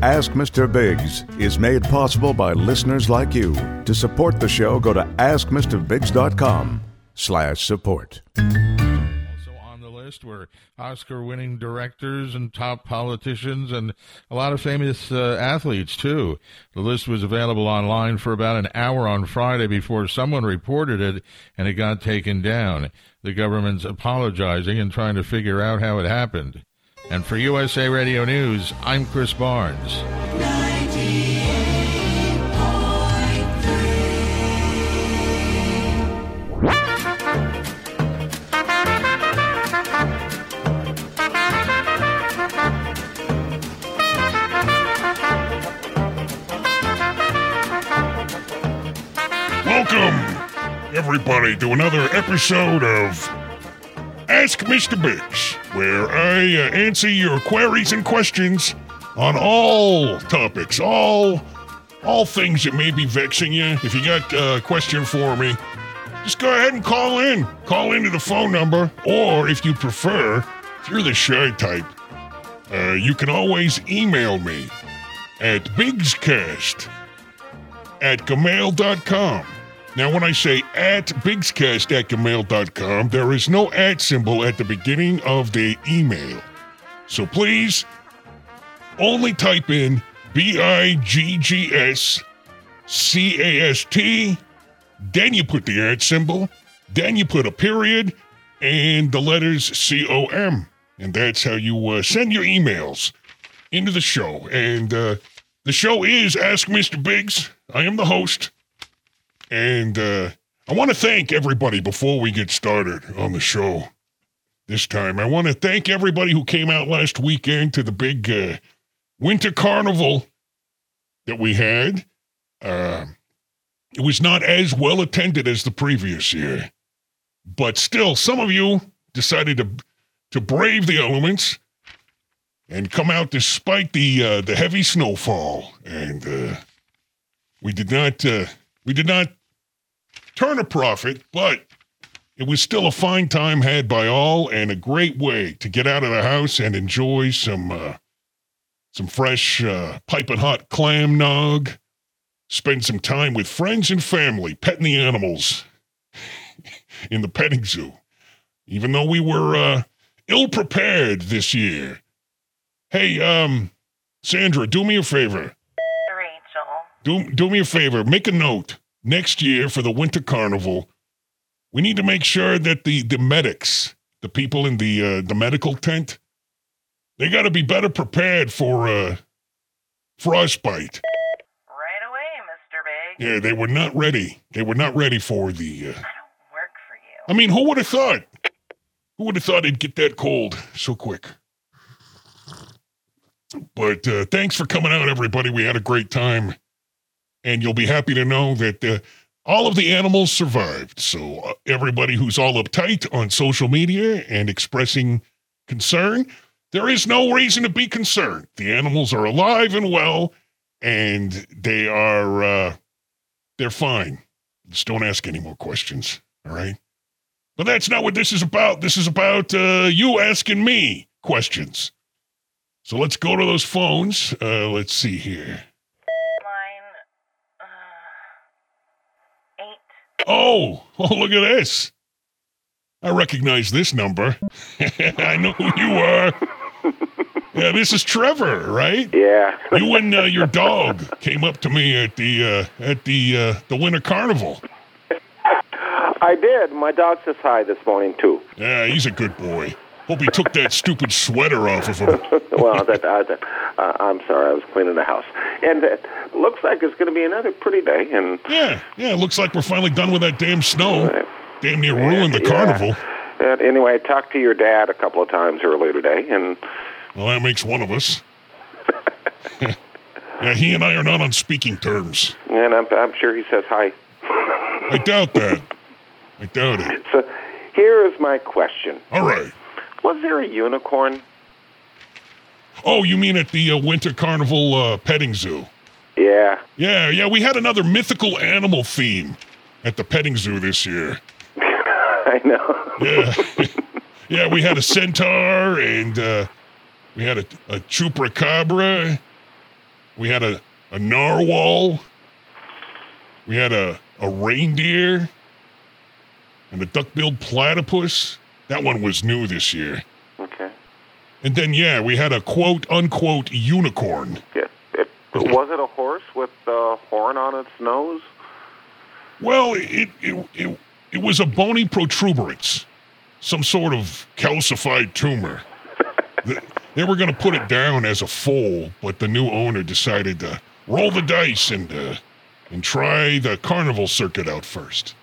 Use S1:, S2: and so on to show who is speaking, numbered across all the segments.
S1: Ask Mr. Biggs is made possible by listeners like you. To support the show, go to askmrbiggs.com slash support.
S2: also on the list were Oscar winning directors and top politicians and a lot of famous uh, athletes, too. The list was available online for about an hour on Friday before someone reported it and it got taken down. The government's apologizing and trying to figure out how it happened. And for USA Radio News, I'm Chris Barnes.
S3: Welcome, everybody, to another episode of Ask Mr. Biggs, where I uh, answer your queries and questions on all topics, all all things that may be vexing you. If you got uh, a question for me, just go ahead and call in. Call into the phone number, or if you prefer, if you're the shy type, uh, you can always email me at bigscast at gmail.com. Now, when I say at bigscast at gmail.com, there is no at symbol at the beginning of the email. So please only type in B I G G S C A S T, then you put the at symbol, then you put a period, and the letters C O M. And that's how you uh, send your emails into the show. And uh, the show is Ask Mr. Biggs. I am the host. And uh, I want to thank everybody before we get started on the show this time. I want to thank everybody who came out last weekend to the big uh, winter carnival that we had. Uh, it was not as well attended as the previous year, but still, some of you decided to to brave the elements and come out despite the uh, the heavy snowfall. And uh, we did not uh, we did not turn a profit, but it was still a fine time had by all, and a great way to get out of the house and enjoy some uh, some fresh uh, piping hot clam nog. Spend some time with friends and family, petting the animals in the petting zoo. Even though we were uh, ill prepared this year, Hey, um, Sandra, do me a favor.
S4: Rachel.
S3: Do do me a favor. Make a note next year for the winter carnival. We need to make sure that the the medics, the people in the uh, the medical tent, they got to be better prepared for uh, frostbite.
S4: Right away, Mr. Big.
S3: Yeah, they were not ready. They were not ready for the. Uh,
S4: I don't work for you.
S3: I mean, who would have thought? Who would have thought it'd get that cold so quick? But uh, thanks for coming out, everybody. We had a great time. And you'll be happy to know that uh, all of the animals survived. So, uh, everybody who's all uptight on social media and expressing concern, there is no reason to be concerned. The animals are alive and well, and they are, uh, they're fine. Just don't ask any more questions. All right. But that's not what this is about. This is about uh, you asking me questions. So let's go to those phones. Uh, let's see here.
S4: Line uh, eight.
S3: Oh, oh, look at this. I recognize this number. I know who you are. Yeah, this is Trevor, right?
S5: Yeah.
S3: You and uh, your dog came up to me at the uh, at the uh, the winter carnival.
S5: I did. My dog says hi this morning, too.
S3: Yeah, he's a good boy. Hope he took that stupid sweater off of him.
S5: Well, that, I, that, uh, I'm sorry, I was cleaning the house. And it looks like it's going to be another pretty day. And
S3: Yeah, yeah. It looks like we're finally done with that damn snow. Damn near ruined the
S5: Yeah.
S3: carnival.
S5: and anyway, I talked to your dad a couple of times earlier today, and
S3: Well, that makes one of us. yeah, he and I are not on speaking terms.
S5: and I'm, I'm sure he says hi.
S3: I doubt that. I doubt it.
S5: So here is my question
S3: All right.
S5: Was there a unicorn?
S3: Oh, you mean at the uh, Winter Carnival uh, petting zoo?
S5: Yeah.
S3: Yeah, yeah. We had another mythical animal theme at the petting zoo this year.
S5: I know.
S3: Yeah, yeah. We had a centaur, and uh, We had a, a chupacabra. We had a, a narwhal. We had a, a reindeer and a duck-billed platypus. That one was new this year.
S5: Okay.
S3: And then, yeah, we had a quote unquote unicorn.
S5: Yeah. It, was it a horse with a horn on its nose?
S3: Well, it, it, it, it was a bony protuberance, some sort of calcified tumor. Th- they were going to put it down as a foal, but the new owner decided to roll the dice and, uh, and try the carnival circuit out first.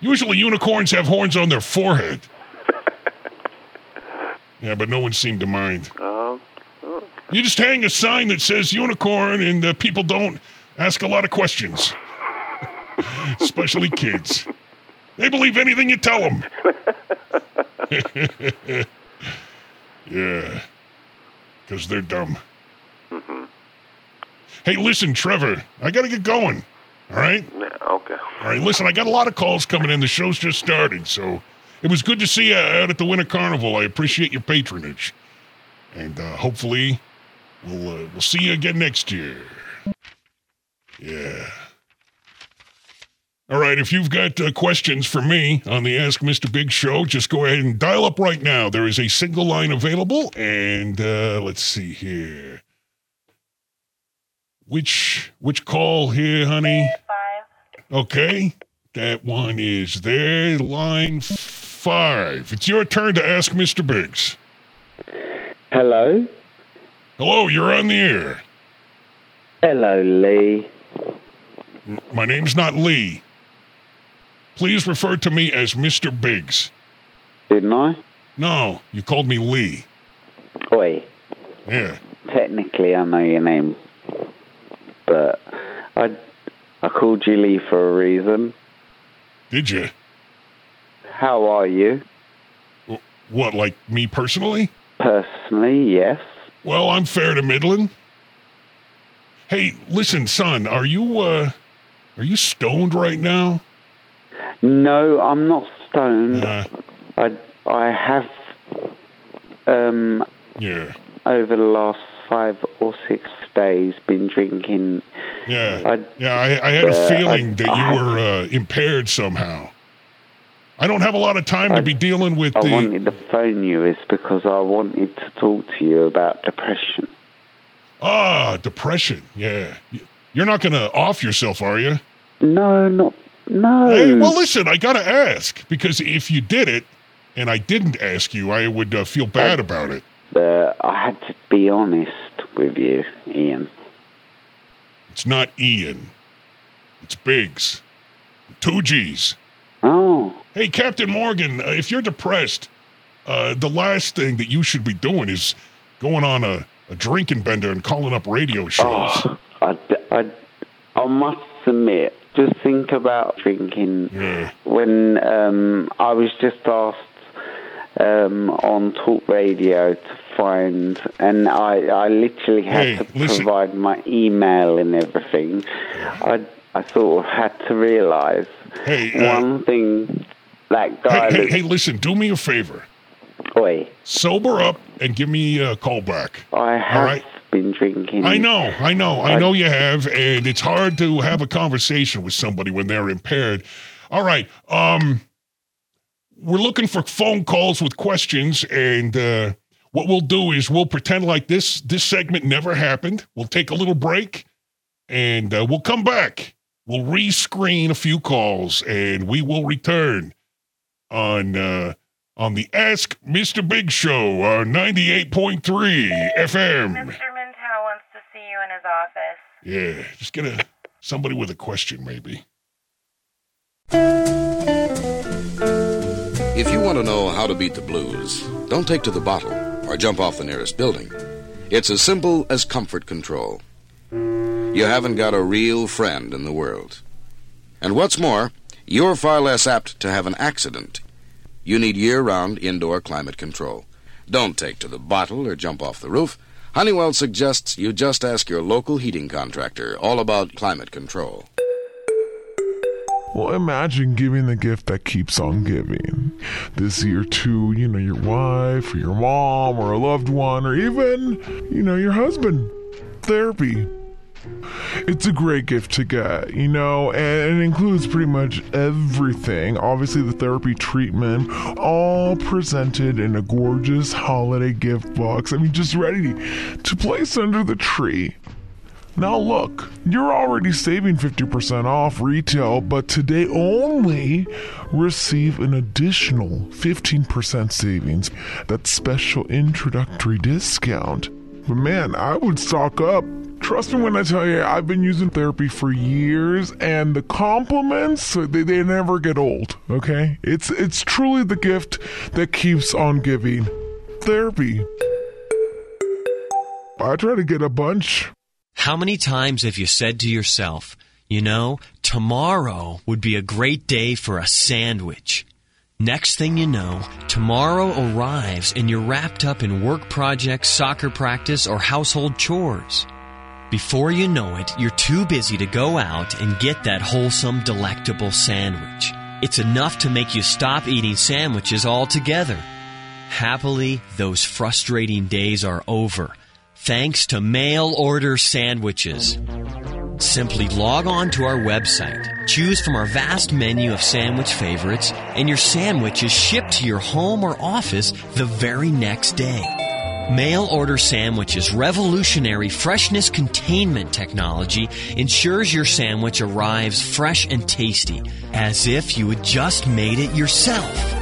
S3: Usually, unicorns have horns on their forehead. Yeah, but no one seemed to mind.
S5: Uh, oh,
S3: You just hang a sign that says unicorn, and uh, people don't ask a lot of questions, especially kids. They believe anything you tell them. yeah, because they're dumb. Hey, listen, Trevor, I got to get going. All right?
S5: no, okay.
S3: All right, listen, I got a lot of calls coming in. The show's just started, so it was good to see you out at the Winter Carnival. I appreciate your patronage. And uh, hopefully, we'll, uh, we'll see you again next year. Yeah. All right, if you've got uh, questions for me on the Ask Mr. Big show, just go ahead and dial up right now. There is a single line available. And uh, let's see here. Which which call here, honey?
S4: Five.
S3: Okay, that one is there. Line five. It's your turn to ask Mr. Biggs.
S6: Hello.
S3: Hello, you're on the air.
S6: Hello, Lee.
S3: My name's not Lee. Please refer to me as Mr. Biggs.
S6: Didn't I?
S3: No, you called me Lee.
S6: Oi.
S3: Yeah.
S6: Technically, I know your name, but I I called you Lee for a reason.
S3: Did you?
S6: How are you?
S3: What, like me personally?
S6: Personally, yes.
S3: Well, I'm fair to middling. Hey, listen, son, are you uh are you stoned right now?
S6: No, I'm not stoned.
S3: Uh,
S6: I I have um
S3: yeah.
S6: over the last five or six days been drinking.
S3: Yeah.
S6: I
S3: Yeah, I, I had
S6: Uh,
S3: a
S6: I-
S3: feeling that
S6: I-
S3: you were uh, impaired somehow. I don't have a lot of time to
S6: I-
S3: be dealing with
S6: I
S3: the.
S6: wanted to phone you is because I wanted to talk to you about depression.
S3: ah, depression. Yeah. You're not going to off yourself, are you?
S6: No, not no.
S3: Hey, well, listen, I got to ask because if you did it and I didn't ask you, I would uh, feel bad about it.
S6: Uh, I had to be honest with you, Ian.
S3: It's not Ian, it's Biggs. Two G's.
S6: Oh,
S3: Hey, Captain Morgan, uh, if you're depressed, uh, the last thing that you should be doing is going on a, a drinking bender and calling up radio shows.
S6: oh I, d- I d- I must admit, just think about drinking.
S3: Yeah.
S6: When um, I was just asked um, on talk radio to find, and I, I literally had
S3: Hey,
S6: to
S3: listen.
S6: provide my email and everything, I, I sort of had to realise
S3: Hey, uh,
S6: one thing that guy
S3: hey, hey,
S6: looked-
S3: hey, listen, do me a favor.
S6: Oi,
S3: Sober up and give me a call back.
S6: I have
S3: right.
S6: been drinking.
S3: I know, I know, I know you have, and it's hard to have a conversation with somebody when they're impaired. All right, um, we're looking for phone calls with questions, and uh, what we'll do is we'll pretend like this this segment never happened. We'll take a little break, and uh, we'll come back. We'll rescreen a few calls, and we will return on. Uh, on the Ask Mr. Big Show, our 98.3 FM.
S4: Mr. Mintow wants to see you in his office.
S3: Yeah, just get a somebody with a question, maybe.
S7: If you want to know how to beat the blues, don't take to the bottle or jump off the nearest building. It's as simple as comfort control. You haven't got a real friend in the world. And what's more, you're far less apt to have an accident. You need year round indoor climate control. Don't take to the bottle or jump off the roof. Honeywell suggests you just ask your local heating contractor all about climate control.
S8: Well, imagine giving the gift that keeps on giving. This year to, you know, your wife or your mom or a loved one or even, you know, your husband. Therapy. It's a great gift to get, you know, and it includes pretty much everything. Obviously, the therapy treatment, all presented in a gorgeous holiday gift box. I mean, just ready to place under the tree. Now, look, you're already saving 50% off retail, but today only receive an additional 15% savings. That special introductory discount. But man, I would stock up. Trust me when I tell you, I've been using therapy for years, and the compliments they, they never get old. Okay, it's it's truly the gift that keeps on giving. Therapy. I try to get a bunch.
S9: How many times have you said to yourself, you know, tomorrow would be a great day for a sandwich? Next thing you know, tomorrow arrives and you're wrapped up in work projects, soccer practice, or household chores. Before you know it, you're too busy to go out and get that wholesome, delectable sandwich. It's enough to make you stop eating sandwiches altogether. Happily, those frustrating days are over thanks to mail order sandwiches. Simply log on to our website, choose from our vast menu of sandwich favorites, and your sandwich is shipped to your home or office the very next day. Mail order sandwiches revolutionary freshness containment technology ensures your sandwich arrives fresh and tasty, as if you had just made it yourself.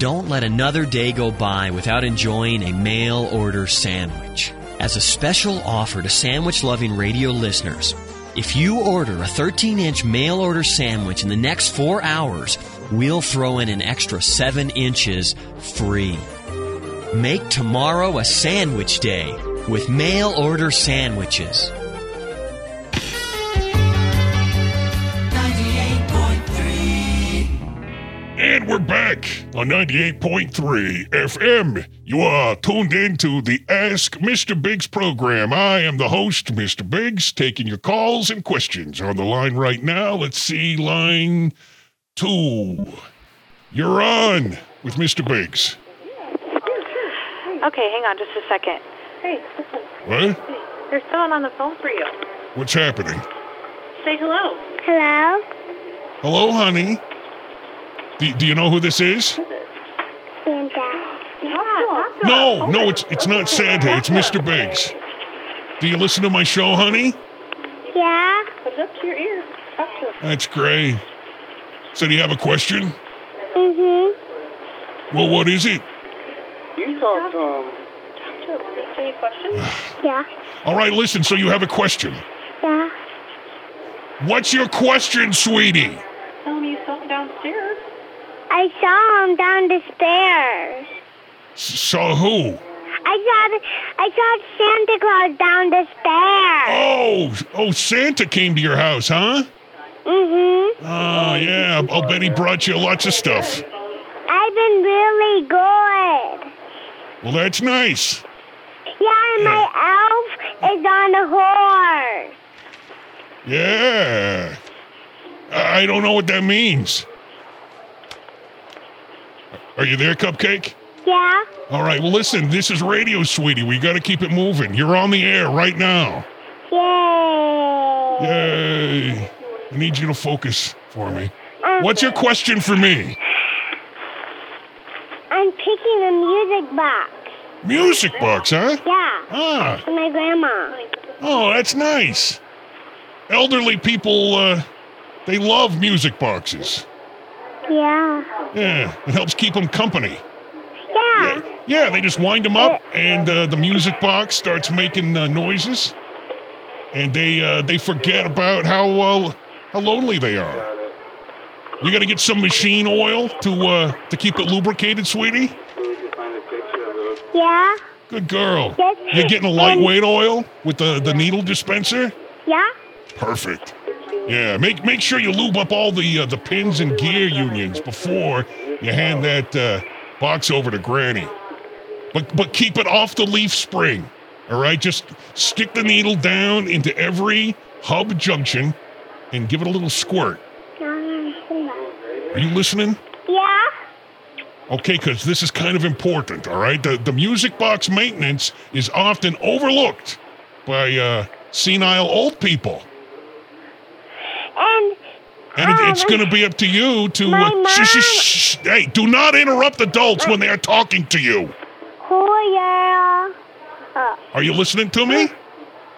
S9: Don't let another day go by without enjoying a mail order sandwich. As a special offer to sandwich loving radio listeners, if you order a 13 inch mail order sandwich in the next four hours, we'll throw in an extra seven inches free. Make tomorrow a sandwich day with mail order sandwiches.
S10: 98.3.
S3: And we're back on 98.3 FM. You are tuned in to the Ask Mr. Biggs program. I am the host, Mr. Biggs, taking your calls and questions on the line right now. Let's see, line two. You're on with Mr. Biggs.
S11: Okay, hang on just a second. Hey,
S3: What?
S11: there's someone on the phone for you.
S3: What's happening?
S11: Say hello. Hello.
S3: Hello, honey. Do, do you know who this is? No, no, it's it's not Santa. It's Mr. Biggs. Do you listen to my show, honey?
S12: Yeah.
S11: Put it up to your ear. Up to it.
S3: That's great. So, do you have a question?
S12: Mhm.
S3: Well, what is it?
S12: You talk to him. Any questions? Yeah.
S3: All right, listen. So, you have a question.
S12: Yeah.
S3: What's your question, sweetie?
S11: Tell him you saw him downstairs.
S12: I saw him down the stairs.
S3: S- Saw who?
S12: I saw the, I saw Santa Claus down the stairs.
S3: Oh, oh, Santa came to your house, huh?
S12: Mhm.
S3: Oh, yeah. I'll bet he brought you lots of stuff.
S12: I've been really good.
S3: Well, that's nice.
S12: Yeah, and my elf is on a horse.
S3: Yeah. I I don't know what that means. Are you there, Cupcake?
S12: Yeah.
S3: All right. Well, listen, this is radio, sweetie. We got to keep it moving. You're on the air right now.
S12: Yay.
S3: Yay. I need you to focus for me. What's your question for me?
S12: I'm picking a music box.
S3: Music box, huh?
S12: Yeah.
S3: Ah.
S12: For my grandma.
S3: Oh, that's nice. Elderly people, uh, they love music boxes.
S12: Yeah.
S3: Yeah, it helps keep them company.
S12: Yeah.
S3: Yeah, they just wind them up, and uh, the music box starts making uh, noises, and they uh, they forget about how uh, how lonely they are. You got to get some machine oil to uh, to keep it lubricated, sweetie.
S12: Yeah.
S3: Good girl.
S12: Yes.
S3: You're getting a lightweight oil with the, the needle dispenser.
S12: Yeah.
S3: Perfect. Yeah, make make sure you lube up all the uh, the pins and gear unions before you hand that uh, box over to Granny. But but keep it off the leaf spring. All right, just stick the needle down into every hub junction and give it a little squirt. Are you listening?
S9: Yeah?
S3: Okay, because this is kind of important, all right? The, the music box maintenance is often overlooked by uh, senile old people.
S9: And
S3: And it,
S9: um,
S3: it's going to be up to you to. Uh, shh, shh, shh, shh. Hey, do not interrupt adults when they are talking to you.
S9: oh yeah. Uh,
S3: Are you listening to me?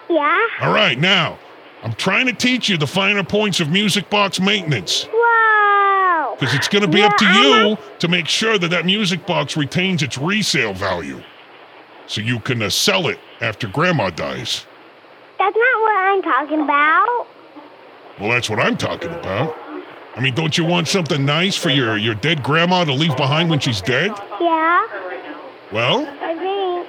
S9: yeah?
S3: All right, now, I'm trying to teach you the finer points of music box maintenance.
S9: Whoa!
S3: Because it's going to be up to you to make sure that that music box retains its resale value. So you can uh, sell it after grandma dies.
S9: That's not what I'm talking about.
S3: Well, that's what I'm talking about. I mean, don't you want something nice for your, your dead grandma to leave behind when she's dead?
S9: Yeah?
S3: Well,
S9: I think.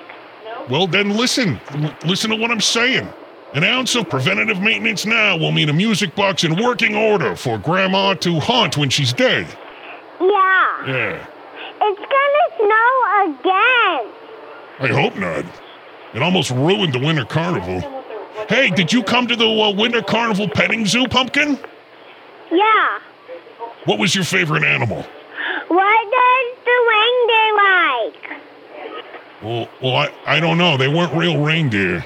S3: Well, then listen. L- Listen to what I'm saying. An ounce of preventative maintenance now will mean a music box in working order for Grandma to haunt when she's dead.
S9: Yeah.
S3: Yeah.
S9: It's gonna snow again.
S3: I hope not. It almost ruined the Winter Carnival. Hey, did you come to the uh, Winter Carnival petting zoo, Pumpkin?
S9: Yeah.
S3: What was your favorite animal?
S9: What does the reindeer like?
S3: Well, well I, I don't know. They weren't real reindeer.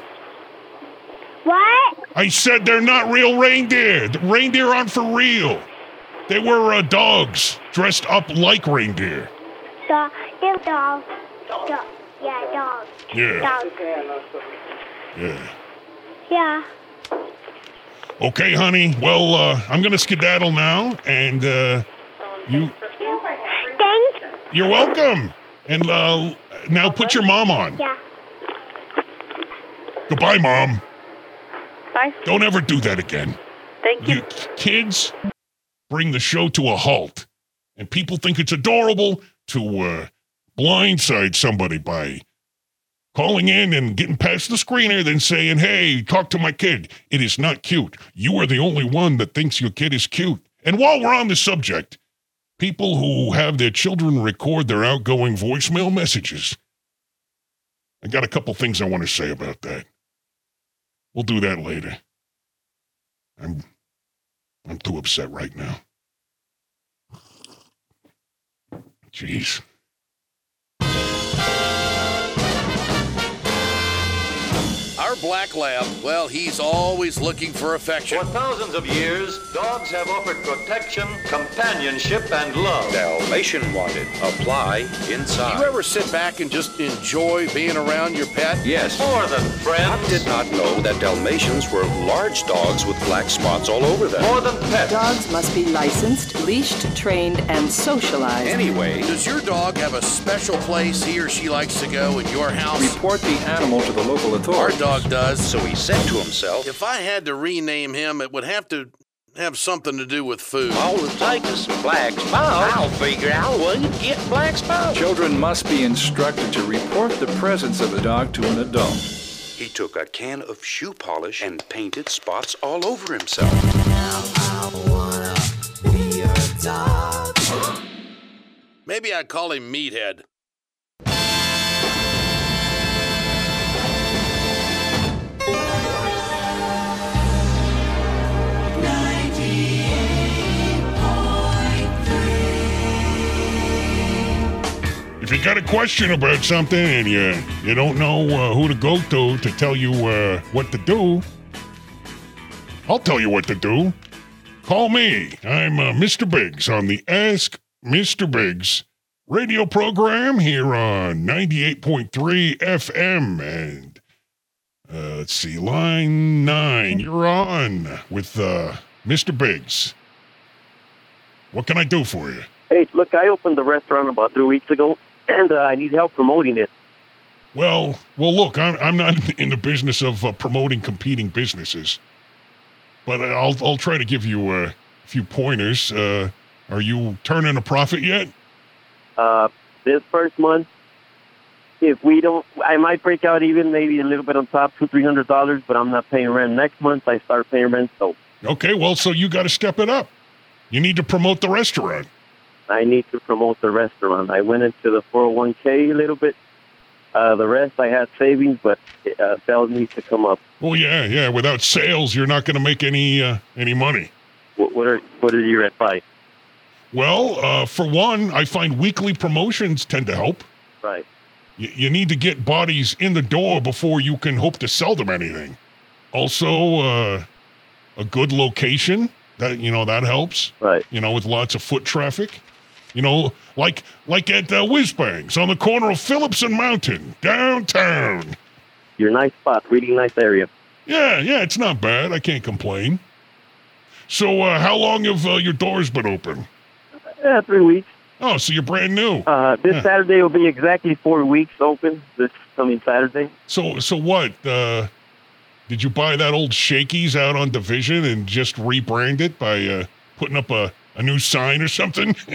S9: What?
S3: I said they're not real reindeer. The reindeer aren't for real. They were uh, dogs dressed up like reindeer.
S9: The, the dog. Dog. Yeah, dog.
S3: Yeah.
S9: Dog.
S3: Yeah.
S9: Yeah.
S3: Okay, honey. Well, uh, I'm gonna skedaddle now, and uh, you
S9: Thanks.
S3: you're welcome. And uh, now put your mom on.
S9: Yeah.
S3: Goodbye, mom.
S13: Bye.
S3: Don't ever do that again.
S13: Thank
S3: You k- kids bring the show to a halt, and people think it's adorable to uh, blindside somebody by calling in and getting past the screener, then saying, "Hey, talk to my kid." It is not cute. You are the only one that thinks your kid is cute. And while we're on the subject, people who have their children record their outgoing voicemail messages. I got a couple things I want to say about that. We'll do that later. I'm I'm too upset right now. Jeez.
S2: Our black lab, well, he's always looking for affection.
S14: For thousands of years, dogs have offered protection, companionship, and love.
S2: Salvation wanted. Apply inside. You ever sit back and just enjoy being around your pet?
S14: Yes. More than friends.
S2: I did not know that Dalmatians were large dogs with black spots all over them.
S14: More than pets.
S6: Dogs must be licensed, leashed, trained, and socialized.
S2: Anyway, does your dog have a special place he or she likes to go in your house?
S14: Report the animal to the local
S2: Our
S14: authorities.
S2: dog does. So he said to himself, If I had to rename him, it would have to have something to do with food. All it takes is some black spots. I'll figure out where you get black spots.
S14: Children must be instructed to report the presence of a dog to an adult.
S2: He took a can of shoe polish and painted spots all over himself. Maybe I'd call him Meathead.
S3: If you got a question about something and you you don't know uh, who to go to to tell you uh, what to do, I'll tell you what to do. Call me. I'm uh, Mr. Biggs on the Ask Mr. Biggs radio program here on 98.3 FM. And uh, let's see, line nine. You're on with uh, Mr. Biggs. What can I do for you?
S5: Hey, look, I opened the restaurant about three weeks ago, and uh, I need help promoting it.
S3: Well, well, look, I'm, I'm not in the business of uh, promoting competing businesses, but I'll I'll try to give you uh, a few pointers. Uh, are you turning a profit yet?
S5: Uh, this first month, if we don't, I might break out even maybe a little bit on top, two, three hundred dollars, but I'm not paying rent next month. I start paying rent, so
S3: Okay, well, so you got to step it up. You need to promote the restaurant.
S5: I need to promote the restaurant. I went into the 401k a little bit. Uh, the rest I had savings, but uh, sales needs to come up.
S3: Well, Oh, yeah, yeah. Without sales, you're not going to make any uh, any money.
S5: What, what are what are your advice?
S3: Well, uh, for one, I find weekly promotions tend to help.
S15: Right.
S3: You, you need to get bodies in the door before you can hope to sell them anything. Also, uh, a good location that you know that helps.
S15: Right.
S3: You know, with lots of foot traffic. You know, like like at uh, Whiz Bangs on the corner of Phillips and Mountain downtown.
S15: You're a nice spot, really nice area.
S3: Yeah, yeah, it's not bad. I can't complain. So, uh, how long have uh, your doors been open?
S15: Yeah, three weeks.
S3: Oh, so you're brand new.
S15: Uh, this
S3: Yeah.
S15: Saturday will be exactly four weeks open. This coming Saturday.
S3: So, so what? Uh, did you buy that old Shakey's out on Division and just rebrand it by uh, putting up a, a new sign or something?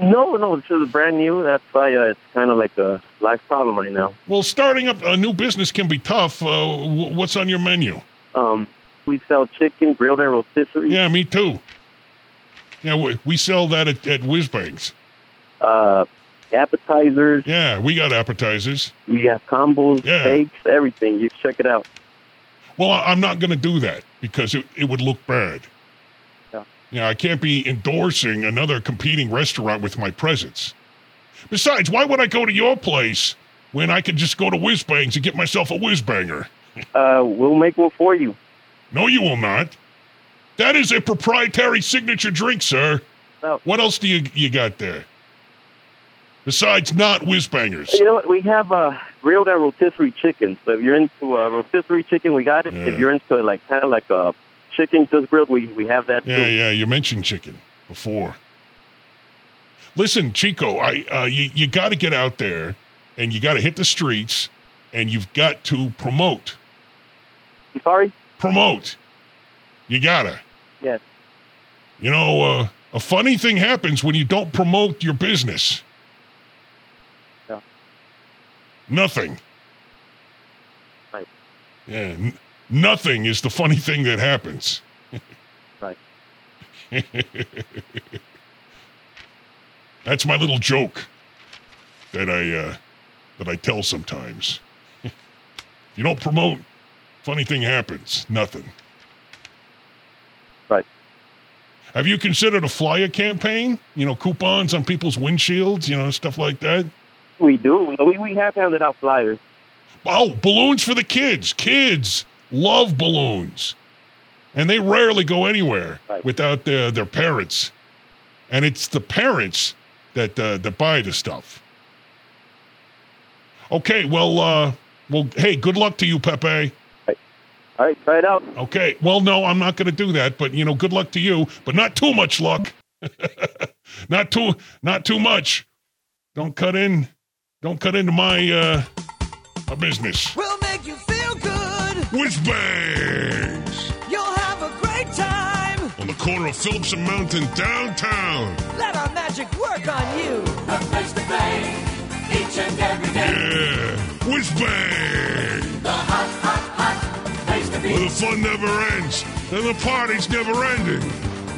S15: No, no, this is brand new. That's why uh, it's kind of like a life problem right now.
S3: well, starting up a new business can be tough. Uh, w- what's on your menu?
S15: Um, we sell chicken, grilled and rotisserie.
S3: Yeah, me too. Yeah, we, we sell that at, at Whizbangs.
S15: Uh, appetizers.
S3: Yeah, we got appetizers.
S15: We got combos,
S3: Yeah.
S15: cakes, everything. You check it out.
S3: Well, I- I'm not going to do that because it, it would look bad.
S15: Yeah.
S3: Yeah, I can't be endorsing another competing restaurant with my presence. Besides, why would I go to your place when I could just go to Whiz Bangs and get myself a Whiz Banger?
S15: Uh, we'll make one for you.
S3: No, you will not. That is a proprietary signature drink, sir. What else do you you got there? Besides, not Whiz Bangers.
S15: You know what? We have uh, grilled and rotisserie chicken. So if you're into uh, rotisserie chicken, we got it. If you're into like kind of like uh, chicken just grilled, we, we have that
S3: Yeah,
S15: too.
S3: yeah, you mentioned chicken before. Listen, Chico, I uh, you you got to get out there and you got to hit the streets and you've got to promote.
S15: I'm sorry.
S3: Promote. You gotta.
S15: Yes.
S3: You know, uh, a funny thing happens when you don't promote your business.
S15: Yeah.
S3: Nothing.
S15: Right.
S3: Yeah. N- nothing is the funny thing that happens.
S15: Right.
S3: That's my little joke that I uh, that I tell sometimes. you don't promote, funny thing happens. Nothing.
S15: Right.
S3: Have you considered a flyer campaign? You know, coupons on people's windshields, you know, stuff like that.
S15: We do. We, we have handed out flyers.
S3: Oh, balloons for the kids. Kids love balloons. And they rarely go anywhere without their, their parents. And it's the parents that, uh, that buy the stuff. Okay, well, uh, well, hey, good luck to you, Pepe.
S15: All right, try it out.
S3: Okay, well, no, I'm not going to do that, but you know, good luck to you, but not too much luck. not too, not too much. Don't cut in, don't cut into my, uh, my business.
S10: We'll make you feel good.
S3: Whiz Bangs
S10: You'll have a great time.
S3: on the corner of Phillips and Mountain downtown.
S10: Let our magic work on you. A place to play each and every day.
S3: Yeah, Whiz Bangs.
S10: The hot, hot, hot place to
S3: Where
S10: be.
S3: the fun never ends and the party's never ending.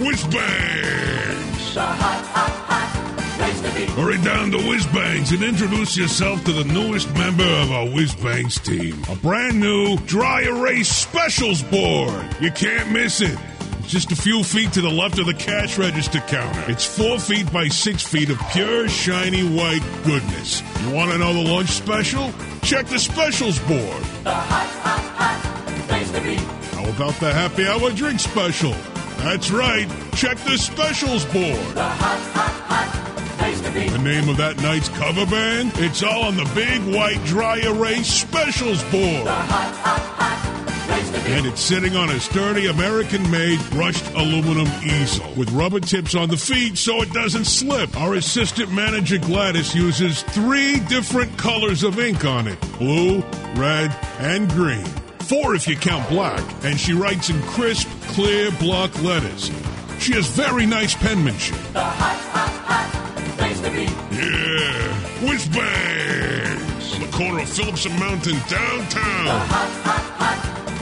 S3: Whiz Bangs.
S10: The hot, hot, hot place to be.
S16: Hurry down to Whizbangs and introduce yourself to the newest member of our Whizbangs team. A brand new dry erase specials board. You can't miss it. It's just a few feet to the left of the cash register counter. It's four feet by six feet of pure, shiny white goodness. You want to know the lunch special? Check the specials board.
S10: Place to be.
S16: How about the happy hour drink special? That's right. Check the specials board.
S10: Place to be.
S16: The name of that night's cover band? It's all on the big white dry erase specials board. And it's sitting on a sturdy American made brushed aluminum easel with rubber tips on the feet so it doesn't slip. Our assistant manager Gladys uses three different colors of ink on it blue, red, and green. Four if you count black. And she writes in crisp, clear block letters. She has very nice penmanship.
S10: Place to be.
S16: Yeah, whiz bangs on the corner of Phillips and Mountain downtown.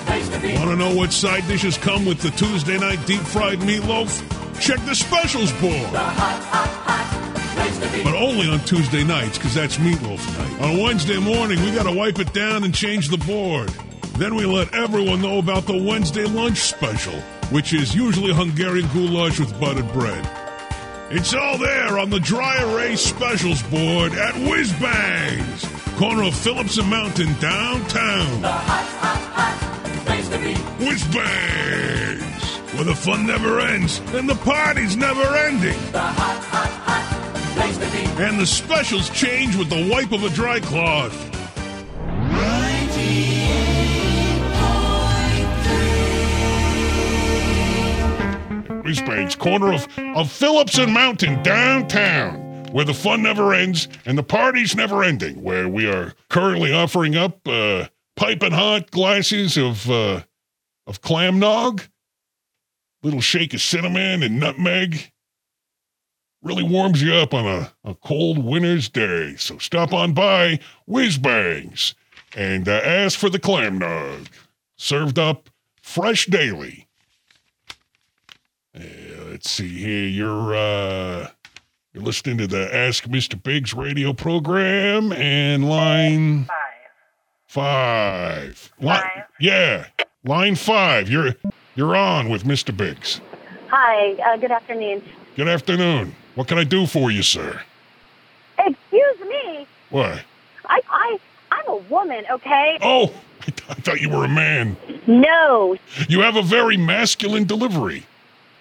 S10: Place to be.
S16: Want to know what side dishes come with the Tuesday night deep fried meatloaf? Check the specials board,
S10: Place to be.
S16: but only on Tuesday nights because that's meatloaf night. On Wednesday morning, we got to wipe it down and change the board. Then we let everyone know about the Wednesday lunch special, which is usually Hungarian goulash with buttered bread. It's all there on the dry erase specials board at Whiz Bangs, corner of Phillips and Mountain downtown.
S10: The hot, hot, hot place to be.
S16: Whiz Bangs, where the fun never ends and the party's never ending.
S10: The hot, hot, hot place to be.
S16: And the specials change with the wipe of a dry cloth.
S3: Whiz Bangs, corner of, of Phillips and Mountain, downtown, where the fun never ends and the party's never ending, where we are currently offering up uh, piping hot glasses of, uh, of clam nog, little shake of cinnamon and nutmeg. Really warms you up on a, a cold winter's day. So stop on by Whiz Bangs and uh, ask for the clam nog, served up fresh daily. Uh, let's see here. You're uh, you're listening to the Ask Mr. Biggs radio program and line five. Five. Line, Yeah, line five. You're you're on with Mr. Biggs.
S11: Hi, uh, good afternoon.
S3: Good afternoon. What can I do for you, sir?
S11: Excuse me.
S3: What?
S11: I, I, I'm a woman, okay?
S3: Oh, I, th- I thought you were a man.
S11: No,
S3: You have a very masculine delivery.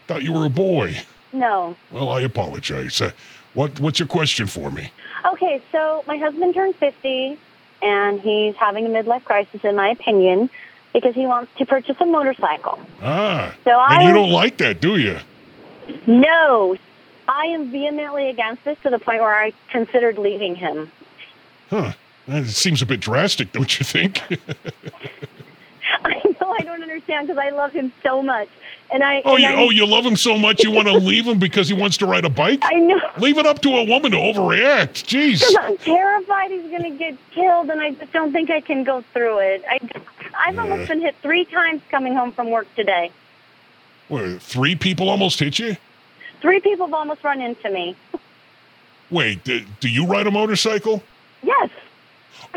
S3: Thought you were a boy.
S11: no.
S3: Well, I apologize. Uh, what what's your question for me?
S11: Okay, so my husband turned 50, and he's having a midlife crisis, in my opinion, because he wants to purchase a motorcycle.
S3: Ah,
S11: So
S3: and
S11: I
S3: you don't like that, do you?
S11: No, I am vehemently against this to the point where I considered leaving him.
S3: Huh. That seems a bit drastic, don't you think?
S11: I know I don't understand because I love him so much, and I.
S3: oh,
S11: and
S3: you
S11: I-
S3: oh you love him so much you want to leave him because he wants to ride a bike?
S11: I know.
S3: Leave it up to a woman to overreact. Jeez.
S11: Because I'm terrified he's going to get killed, and I just don't think I can go through it. I, I've almost been hit three times coming home from work today.
S3: What, three people almost hit you?
S11: Three people have almost run into me.
S3: Wait, do, do you ride a motorcycle?
S11: Yes.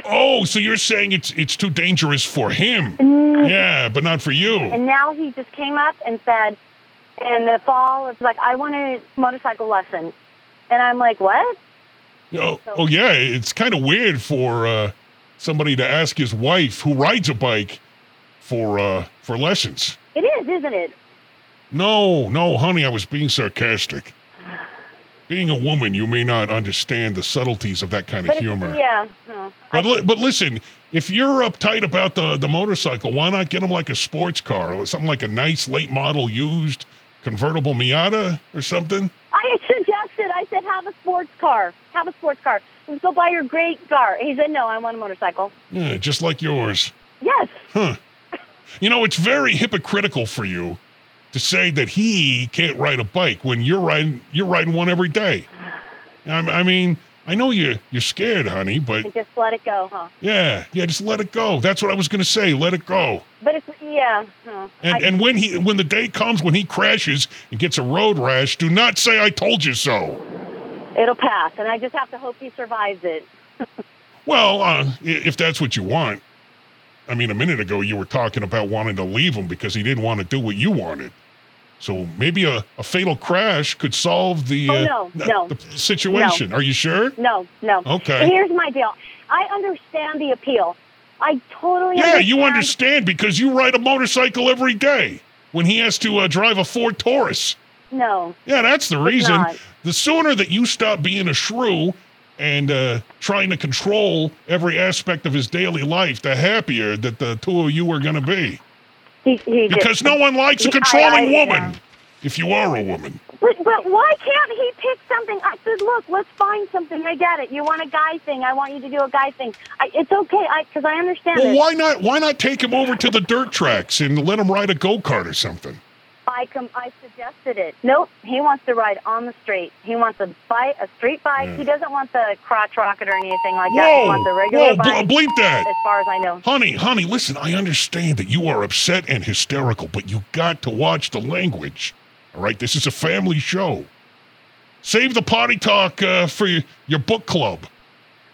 S3: Oh, so you're saying it's it's too dangerous for him?
S11: Mm.
S3: Yeah, but not for you.
S11: And now he just came up and said, in the fall, it's like, I want a motorcycle lesson. And I'm like, what?
S3: Oh, oh yeah, it's kind of weird for uh, somebody to ask his wife who rides a bike for uh, for lessons.
S11: It is, isn't it?
S3: No, no, honey, I was being sarcastic. Being a woman, you may not understand the subtleties of that kind of
S11: But it's-
S3: humor.
S11: Yeah. no.
S3: But, li- but listen, if you're uptight about the, the motorcycle, why not get him like a sports car or something like a nice late model used convertible Miata or something?
S11: I suggested, I said, have a sports car. Have a sports car. Let's go buy your great car. He said, no, I want a motorcycle.
S3: Yeah, just like yours.
S11: Yes.
S3: Huh. You know, it's very hypocritical for you to say that he can't ride a bike when you're riding you're riding one every day. I, I mean, I know you you're scared, honey, but
S11: And just let it go, huh?
S3: yeah, yeah, just let it go. That's what I was gonna say. Let it go.
S11: But it's, yeah. no.
S3: And
S11: I-
S3: and when he when the day comes when he crashes and gets a road rash, do not say I told you so.
S11: it'll pass. And I just have to hope he survives it.
S3: Well, uh, i- if that's what you want. I mean, a minute ago you were talking about wanting to leave him because he didn't want to do what you wanted. So maybe a, a fatal crash could solve the
S11: Oh,
S3: uh,
S11: no,
S3: th-
S11: no.
S3: the situation.
S11: No.
S3: Are you sure?
S11: No, no.
S3: Okay.
S11: Here's my deal. I understand the appeal. I totally
S3: Yeah,
S11: understand.
S3: you understand because you ride a motorcycle every day when he has to uh, drive a Ford Taurus.
S11: No.
S3: Yeah, that's the reason.
S11: not.
S3: The sooner that you stop being a shrew and uh, trying to control every aspect of his daily life, the happier that the two of you are going to be.
S11: He, he did.
S3: Because no one likes a
S11: He- I-
S3: controlling
S11: I-
S3: woman. If you are a woman,
S11: But, but why can't he pick something? I said, look, let's find something. I get it. You want a guy thing. I want you to do a guy thing. I, it's okay, I because I understand
S3: well,
S11: it.
S3: why not? Why not take him over to the dirt tracks and let him ride a go kart or something?
S11: I com- I suggested it. Nope. He wants to ride on the street. He wants a bike, a street bike.
S3: Yeah.
S11: He doesn't want the crotch rocket or anything like that. He
S3: Whoa,
S11: wants a regular
S3: whoa, bl-
S11: bike.
S3: bleep that.
S11: As far as I know.
S3: Honey, honey, listen. I understand that you are upset and hysterical, but you got to watch the language. All right, this is a family show. Save the potty talk uh, for your, your book club.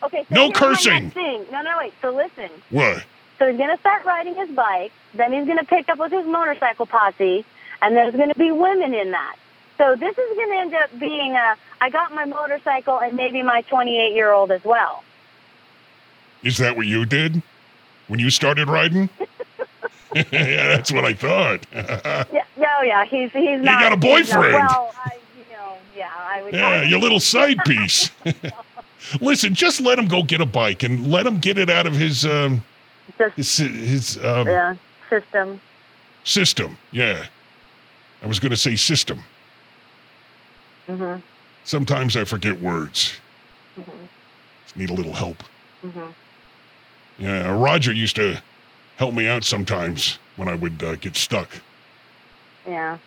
S11: Okay. So
S3: No
S11: here's my next
S3: cursing.
S11: Thing. No, no, wait. So listen.
S3: What?
S11: So he's going to start riding his bike. Then he's going to pick up with his motorcycle posse, and there's going to be women in that. So this is going to end up being a I got my motorcycle and maybe my 28 year old as well.
S3: Is that what you did when you started riding? yeah, that's what I thought.
S11: Yeah, no, yeah, he's he's not.
S3: got a
S11: he's not-
S3: boyfriend.
S11: well, I, you know, yeah, I would.
S3: yeah, your little side piece. Listen, just let him go get a bike and let him get it out of his um, his, his um,
S11: yeah, system.
S3: system. Yeah, I was going to say system.
S11: Mhm.
S3: Sometimes I forget words.
S11: Mhm.
S3: Just need a little help.
S11: Mhm.
S3: Yeah, Roger used to help me out sometimes when I would uh, get stuck.
S11: Yeah.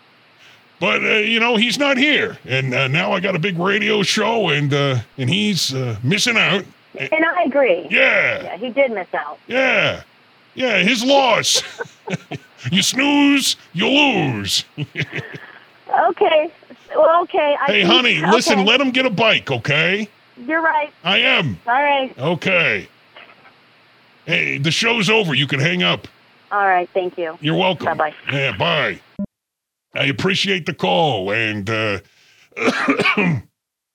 S3: But uh, you know, he's not here, and uh, now I got a big radio show, and uh, and he's uh, missing out.
S11: And I agree.
S3: Yeah.
S11: Yeah, he did miss out.
S3: Yeah, yeah, his loss. you snooze, you lose.
S11: Okay. Well, okay. I
S3: hey,
S11: think-
S3: honey, listen,
S11: okay.
S3: let him get a bike, okay?
S11: You're right.
S3: I am
S11: All right.
S3: okay. Hey, the show's over. You can hang up.
S11: All right. Thank you.
S3: You're welcome.
S11: Bye bye.
S3: Yeah, bye. I appreciate the call and uh,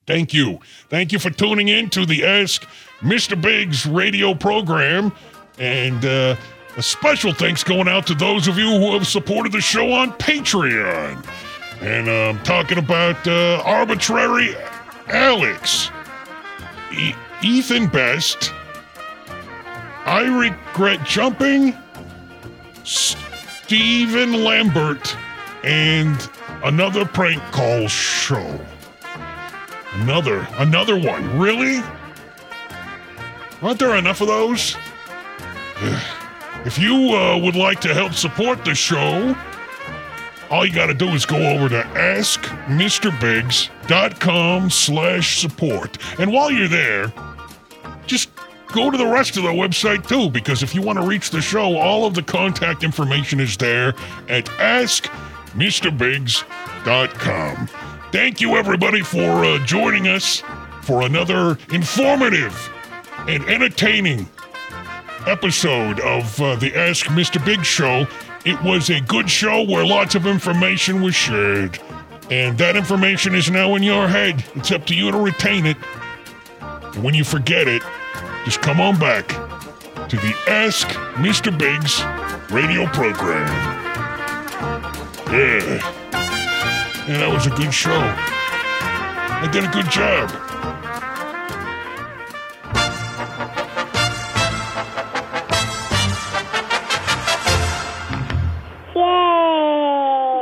S3: thank you. Thank you for tuning in to the Ask Mr. Biggs radio program. And uh, a special thanks going out to those of you who have supported the show on Patreon. And uh, I'm talking about uh, Arbitrary Alex, E- Ethan Best. I regret jumping. Stephen Lambert and another prank call show. Another, another one. Really? Aren't there enough of those? If you uh, would like to help support the show, all you got to do is go over to askmrbiggs.com slash support. And while you're there, just go to the rest of the website too, because if you want to reach the show, all of the contact information is there at askmrbiggs.com. Thank you, everybody, for uh, joining us for another informative and entertaining episode of uh, the Ask Mr. Big Show. It was a good show where lots of information was shared. And that information is now in your head. It's up to you to retain it. And when you forget it, just come on back to the Ask Mr. Biggs radio program. Yeah. Yeah, that was a good show. I did a good job.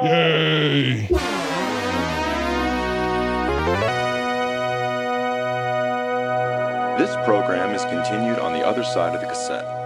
S3: Yay!
S17: This program is continued on the other side of the cassette.